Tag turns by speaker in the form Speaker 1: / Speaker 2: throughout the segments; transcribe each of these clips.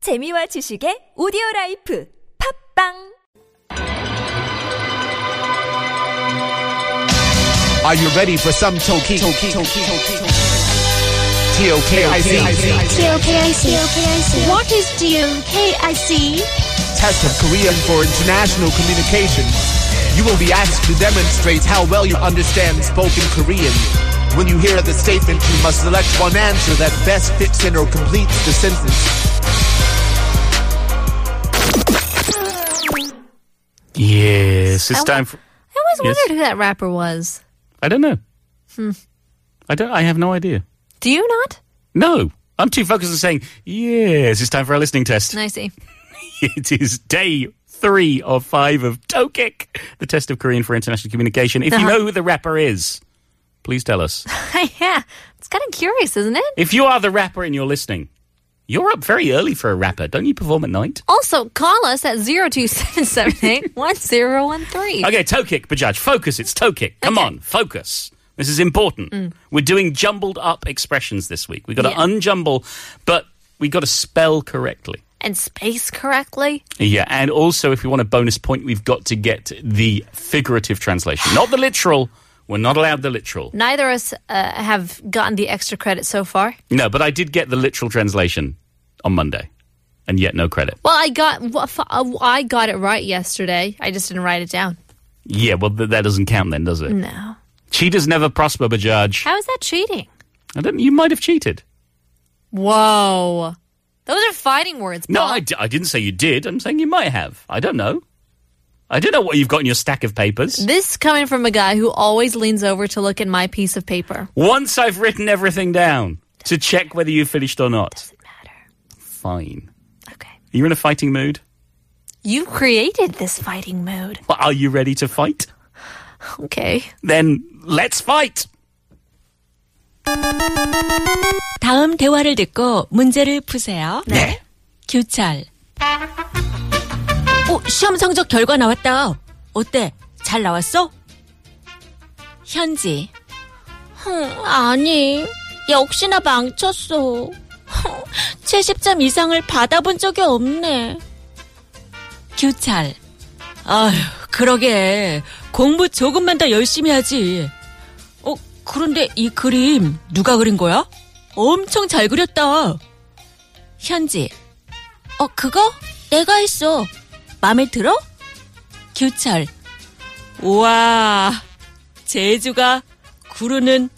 Speaker 1: 재미와 지식의 오디오 라이프 팝빵
Speaker 2: Are you ready for some Toki? Toki, Toki, TOKIC.
Speaker 3: TOKIC. What is TOKIC?
Speaker 2: Test of Korean for International Communication. You will be asked to demonstrate how well you understand spoken Korean. When you hear the statement, you must select one answer that best fits in or completes the sentence.
Speaker 4: Yes, it's
Speaker 3: I
Speaker 4: time for.
Speaker 3: I always
Speaker 4: Yes.
Speaker 3: wondered who that rapper was.
Speaker 4: I don't know.
Speaker 3: Hmm.
Speaker 4: I don't. I have no idea.
Speaker 3: Do you not?
Speaker 4: No, I'm too focused on saying yes. It's time for our listening test.
Speaker 3: I see.
Speaker 4: It is day three of five of Tokik, the test of Korean for international communication. If you
Speaker 3: Uh-huh.
Speaker 4: know who the rapper is, please tell us.
Speaker 3: yeah, it's kind of curious, isn't it?
Speaker 4: if you are the rapper and you're listening, you're up very early for a rapper. Don't you perform at night?
Speaker 3: Also, call us at 02778 1013.
Speaker 4: Okay, toe kick, Bajaj. Focus. It's toe kick. Come
Speaker 3: Okay.
Speaker 4: on,
Speaker 3: Mm.
Speaker 4: focus. This is important. We're doing jumbled up expressions this week. We've got
Speaker 3: Yeah.
Speaker 4: to unjumble, but we got to spell correctly.
Speaker 3: And space correctly.
Speaker 4: Yeah, and also if we want a bonus point, we've got to get the figurative translation, not the literal. We're not allowed the literal.
Speaker 3: Neither of us uh, have gotten the extra credit so far.
Speaker 4: No, but I did get the literal translation on Monday, and yet no credit.
Speaker 3: Well, I got wha- f- uh, I got it right yesterday. I just didn't write it down.
Speaker 4: Yeah, well, th- that doesn't count then, does it?
Speaker 3: No.
Speaker 4: Cheaters never prosper, Bajaj.
Speaker 3: How is that cheating?
Speaker 4: I don't, you might have cheated.
Speaker 3: Whoa. Those are fighting words.
Speaker 4: No,
Speaker 3: Paul.
Speaker 4: I, d- I didn't say you did. I'm saying you might have. I don't know. I don't know what you've got in your stack of papers.
Speaker 3: This coming from a guy who always leans over to look at my piece of paper.
Speaker 4: Once I've written everything down to check whether you finished or not.
Speaker 3: Doesn't matter.
Speaker 4: Fine.
Speaker 3: Okay.
Speaker 4: You're in a fighting mood.
Speaker 3: You created this fighting mood.
Speaker 4: Well, are you ready to fight?
Speaker 3: Okay.
Speaker 4: Then let's fight.
Speaker 5: 다음 대화를 듣고 문제를 푸세요. 네. 교찰. 오, 어, 시험 성적 결과 나왔다. 어때? 잘 나왔어? 현지. 흥, 아니. 역시나 망쳤어. 70점 이상을 받아본 적이 없네. 교찰. 아휴, 그러게. 공부 조금만 더 열심히 하지. 어, 그런데 이 그림 누가 그린 거야? 엄청 잘 그렸다. 현지. 어, 그거? 내가 했어. 마음에 들어? 규철. 우와. 제주가 구르는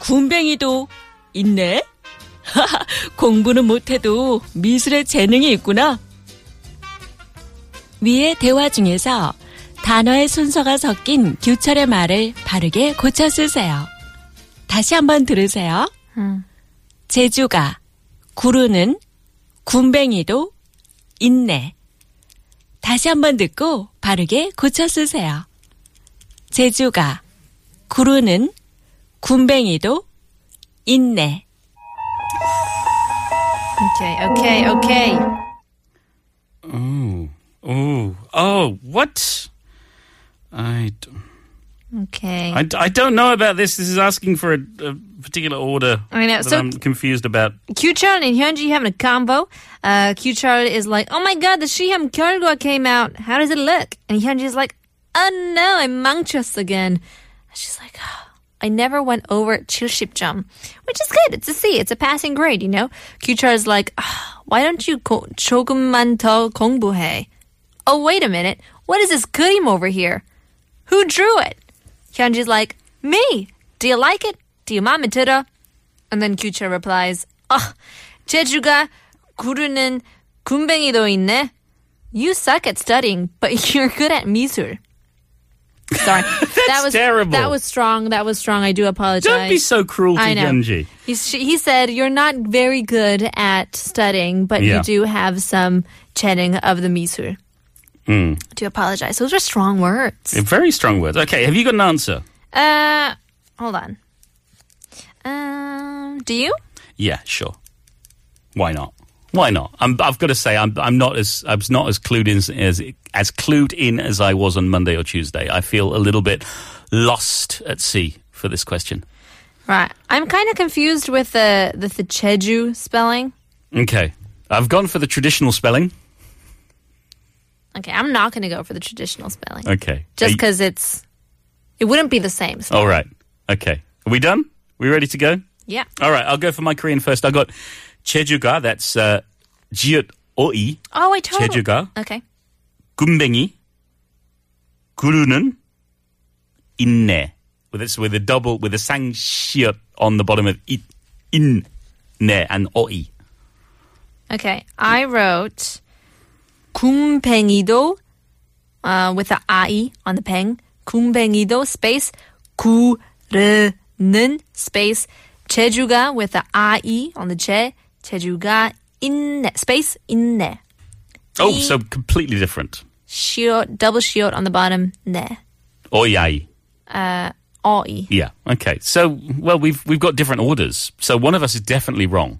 Speaker 5: 군뱅이도 있네. 공부는 못해도 미술의 재능이 있구나. 위의 대화 중에서 단어의 순서가 섞인 규철의 말을 바르게 고쳐 쓰세요. 다시 한번 들으세요. 제주가 구르는 군뱅이도 있네. 다시 한번 듣고 바르게 고쳐 쓰세요. 제주가 구르는 군뱅이도 있네.
Speaker 3: Okay, okay, okay.
Speaker 4: Oh, oh, what? I, d-
Speaker 3: Okay.
Speaker 4: I, d- I don't know about this. This is asking for a, a particular order.
Speaker 3: I know,
Speaker 4: that
Speaker 3: so-
Speaker 4: I'm confused about.
Speaker 3: Kyuchon and Hyunji having a combo. Uh, Kyuchon is like, oh my god, the Shiham Kyolgwa came out. How does it look? And Hyunji is like, oh no, I'm mangchus again. She's like, "Oh, I never went over Chilshipjam, which is good. It's a C. It's a passing grade, you know? Kyuchon is like, "Ah, why don't you go 조금만 더 공부해? Oh, wait a minute. What is this kurim over here? Who drew it? Hyunji's like, me. Do you like it? Do you mind me to and then Kyucha replies, "Ah, 제주가 구르는 군뱅이도 있네. You suck at studying, but you're good at 미술." Sorry, that was
Speaker 4: terrible.
Speaker 3: That was strong. That was strong. I do apologize.
Speaker 4: Don't be so cruel to
Speaker 3: I know.
Speaker 4: Genji.
Speaker 3: He's, she- he said, "You're not very good at studying, but
Speaker 4: Yeah.
Speaker 3: you do have some chatting of the misu."
Speaker 4: Hmm.
Speaker 3: I do apologize. Those are strong words.
Speaker 4: Very strong words. Okay, have you got an answer?
Speaker 3: Uh, hold on. Um, do you?
Speaker 4: Yeah, sure. Why not? Why not? I'm, I've got to say, I'm, I'm not as I'm not as clued in as, as as clued in as I was on Monday or Tuesday. I feel a little bit lost at sea for this question.
Speaker 3: Right. I'm kind of confused with the the, the Cheju spelling.
Speaker 4: Okay, I've gone for the traditional spelling.
Speaker 3: Okay, I'm not going to go for the traditional spelling.
Speaker 4: Okay. Oh.
Speaker 3: Just
Speaker 4: Are you-
Speaker 3: because it's, it wouldn't be the same. So,
Speaker 4: All right. Okay. Are we done? We ready to go?
Speaker 3: yeah.
Speaker 4: All right. I'll go for my Korean first. I got Jejuga. That's uh, Jiut Oi.
Speaker 3: Oh, I totally.
Speaker 4: 제주가?
Speaker 3: Okay.
Speaker 4: 굼벵이. 구루는 인내. With it's with a double with a sangsiot on the bottom of it, in ne and oi.
Speaker 3: Okay. I wrote 굼뱅이도 uh, with the ai on the peng. 굼뱅이도 space 구르는 space 제주가 with the ai on the j. 제주가 인내 space 인내.
Speaker 4: Oh,
Speaker 3: 이-
Speaker 4: so completely different.
Speaker 3: shield double shield on the bottom 네.
Speaker 4: Oi ai.
Speaker 3: 어이.
Speaker 4: Yeah. Okay. So well we've we've got different orders. So one of us is definitely wrong.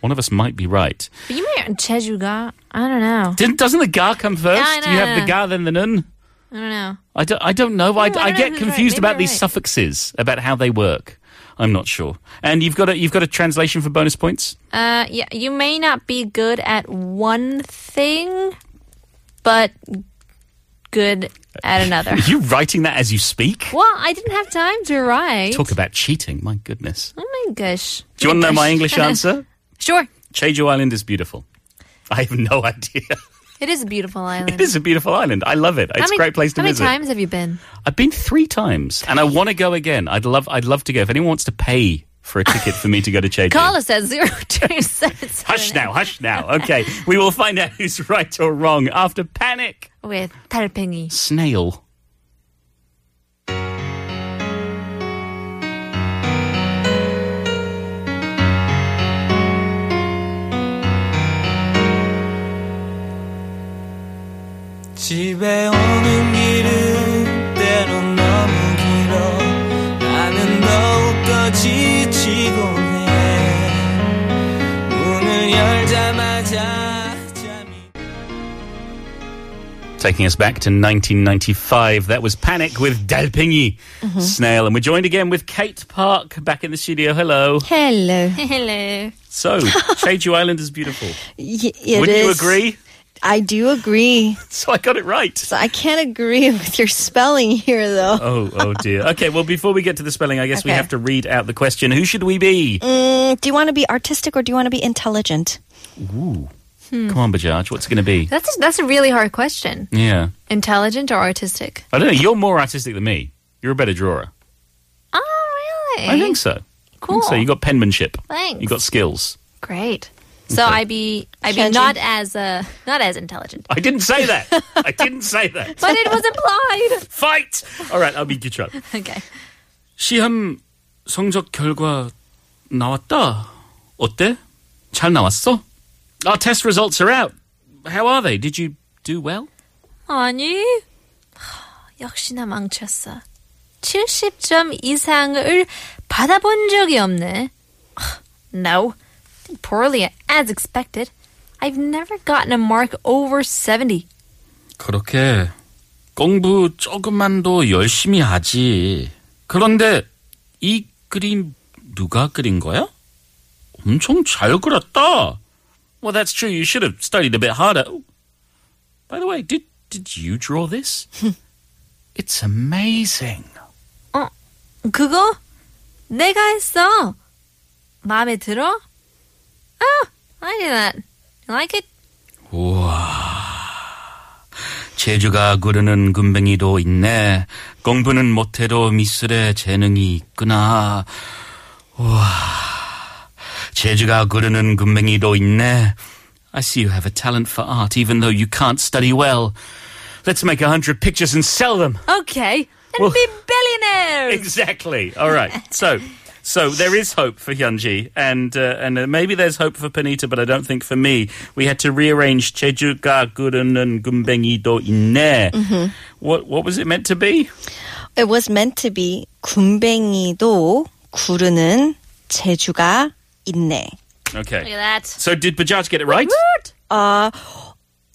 Speaker 4: One of us might be right.
Speaker 3: But you might 제주가 I don't know.
Speaker 4: Didn't, doesn't the ga come first?
Speaker 3: Yeah, I
Speaker 4: Do you have the
Speaker 3: know.
Speaker 4: ga then the nun?
Speaker 3: I don't know.
Speaker 4: I don't, I don't know. I,
Speaker 3: No, I
Speaker 4: I
Speaker 3: don't
Speaker 4: get
Speaker 3: know.
Speaker 4: confused
Speaker 3: Maybe
Speaker 4: about
Speaker 3: you're
Speaker 4: these
Speaker 3: right.
Speaker 4: suffixes, about how they work. I'm not sure. And you've got a, you've got a translation for bonus points?
Speaker 3: Uh, yeah, you may not be good at one thing, but good at another.
Speaker 4: Are you writing that as you speak?
Speaker 3: well, I didn't have time to write.
Speaker 4: Talk about cheating. My goodness.
Speaker 3: oh my gosh.
Speaker 4: Do you want to know my
Speaker 3: gosh.
Speaker 4: English answer?
Speaker 3: Sure.
Speaker 4: Jeju Island is beautiful. I have no idea.
Speaker 3: It is a beautiful island.
Speaker 4: It is a beautiful island. I love it. It's
Speaker 3: How many-
Speaker 4: a great place to
Speaker 3: How many
Speaker 4: visit.
Speaker 3: times have you been?
Speaker 4: I've been three times, and I want to go again. I'd love, I'd love to go. If anyone wants to pay for a ticket for me to go to Jeju,
Speaker 3: Call us at zero two seven seven
Speaker 4: Hush now, hush now. Okay, we will find out who's right or wrong after panic.
Speaker 3: with 달팽이.
Speaker 4: Snail.
Speaker 6: 집에 오는 길은 때론 너무 길어 나는 더욱더 지치곤 해 문을 열자마자 잠이
Speaker 4: Taking us back to 1995. That was Panic with Dalpingy
Speaker 7: Mm-hmm.
Speaker 4: Snail. And we're joined again with Kate Park back in the studio. Hello.
Speaker 7: Hello.
Speaker 3: Hello.
Speaker 4: So, Jeju Island is beautiful.
Speaker 7: Y- it
Speaker 4: Would you
Speaker 7: is-
Speaker 4: agree?
Speaker 7: I do agree.
Speaker 4: So, I got it right.
Speaker 7: So I can't agree with your spelling here, though.
Speaker 4: Oh, oh dear. Okay, well, before we get to the spelling, I guess we
Speaker 7: Okay.
Speaker 4: have to read out the question Who should we be? Uh,
Speaker 7: Mm, do you want to be artistic or do you want to be intelligent?
Speaker 4: Ooh.
Speaker 7: Hmm.
Speaker 4: Come on, Bajaj. What's it going to be?
Speaker 3: That's a, that's a really hard question.
Speaker 4: Yeah.
Speaker 3: Intelligent or artistic?
Speaker 4: I don't know. You're more artistic than me. You're a better drawer.
Speaker 3: Oh, really?
Speaker 4: I think so. I think
Speaker 3: Cool.
Speaker 4: so you got penmanship.
Speaker 3: Thanks.
Speaker 4: You got skills.
Speaker 3: Great. So I be I be
Speaker 7: Changing.
Speaker 3: not as uh, not as intelligent,
Speaker 4: I didn't say that. I didn't say that.
Speaker 3: but it was implied.
Speaker 4: Fight. All right, I'll be good shot.
Speaker 3: Okay.
Speaker 4: 시험 성적 결과 나왔다. 어때? 잘 나왔어? Our test results are out. How are they? Did you do well?
Speaker 3: 아니 역시나 망쳤어. 70점 이상을 받아본 적이 없네. No, did poorly as expected. I've never gotten a mark over 70.
Speaker 8: 그렇게 공부 조금만 더 열심히 하지. 그런데 이 그림 누가 그린 거야? 엄청 잘 그렸다.
Speaker 4: Well, that's true. You should have studied a bit harder. Oh, By the way, did did you draw this? it's amazing.
Speaker 3: 그거 내가 했어. 마음에 들어? Oh, I did that. You like it?
Speaker 8: 제주가 구르는 군뱅이도 있네. 공부는 못해도 미술에 재능이 있구나. 와, 제주가 구르는 군뱅이도 있네.
Speaker 4: I see you have a talent for art, even though you can't study well. Let's make a hundred pictures and sell them.
Speaker 3: Okay. And
Speaker 4: Well-
Speaker 3: be billionaires.
Speaker 4: Exactly. All right. So, so there is hope for Hyunji, and uh, and uh, maybe there's hope for Panita, but I don't think for me. We had to rearrange Jeju ga guren and gumbengi do inne. What what was it meant to be?
Speaker 7: It was meant to be 군뱅이도 구르는 재주가 있네.
Speaker 3: Look
Speaker 4: Okay.
Speaker 3: at that.
Speaker 4: So did Bajaj get it right?
Speaker 7: Uh,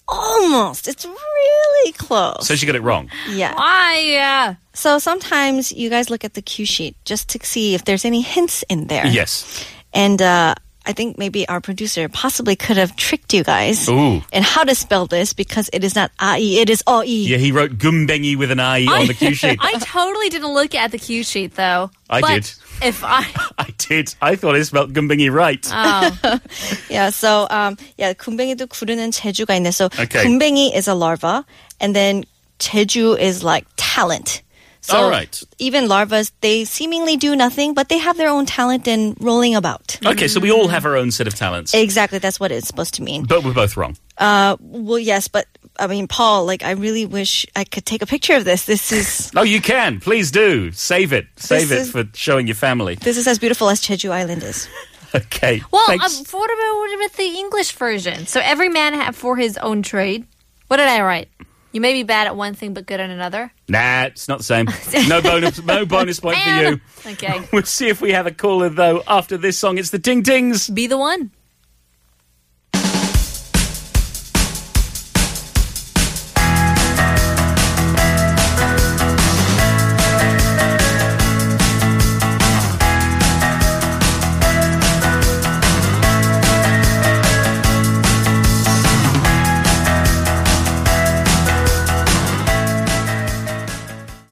Speaker 7: almost. It's really close.
Speaker 4: So she got it wrong.
Speaker 7: yeah.
Speaker 3: Why?
Speaker 7: So sometimes you guys look at the cue sheet just to see if there's any hints in there.
Speaker 4: Yes.
Speaker 7: And uh, I think maybe our producer possibly could have tricked you guys
Speaker 4: Ooh.
Speaker 7: and how to spell this because it is not ai, it is E. oi.
Speaker 4: Yeah, he wrote Gumbengi with an I on the cue sheet.
Speaker 3: I totally didn't look at the cue sheet though.
Speaker 4: I
Speaker 3: but
Speaker 4: did.
Speaker 3: If I
Speaker 4: I did. I thought it spelled Gumbengi right.
Speaker 7: Yeah, so um, yeah, 군뱅이도 구르는 재주가 있네. So
Speaker 4: Okay.
Speaker 7: 군뱅이 is a larva, and then 재주 is like talent. So
Speaker 4: All right.
Speaker 7: even larvas, they seemingly do nothing, but they have their own talent in rolling about.
Speaker 4: okay, so we all have our own set of talents,
Speaker 7: Exactly, that's what it's supposed to mean.
Speaker 4: but we're both wrong.
Speaker 7: Well, yes, but I mean, Paul, like, I really wish I could take a picture of this. This is
Speaker 4: No, Oh, you can. Please do. Save it. Save
Speaker 7: This
Speaker 4: it
Speaker 7: is-
Speaker 4: for showing your family.
Speaker 7: this is as beautiful as Jeju Island is.
Speaker 4: Okay.
Speaker 3: well, um,
Speaker 4: thanks.
Speaker 3: for what about, what about the English version? So every man ha for his own trade. What did I write? You may be bad at one thing but good at another.
Speaker 4: nah, it's not the same. No bonus. no bonus point for you.
Speaker 3: Okay,
Speaker 4: We'll see if we have a caller though after this song. It's the Ding Dings.
Speaker 3: be the one.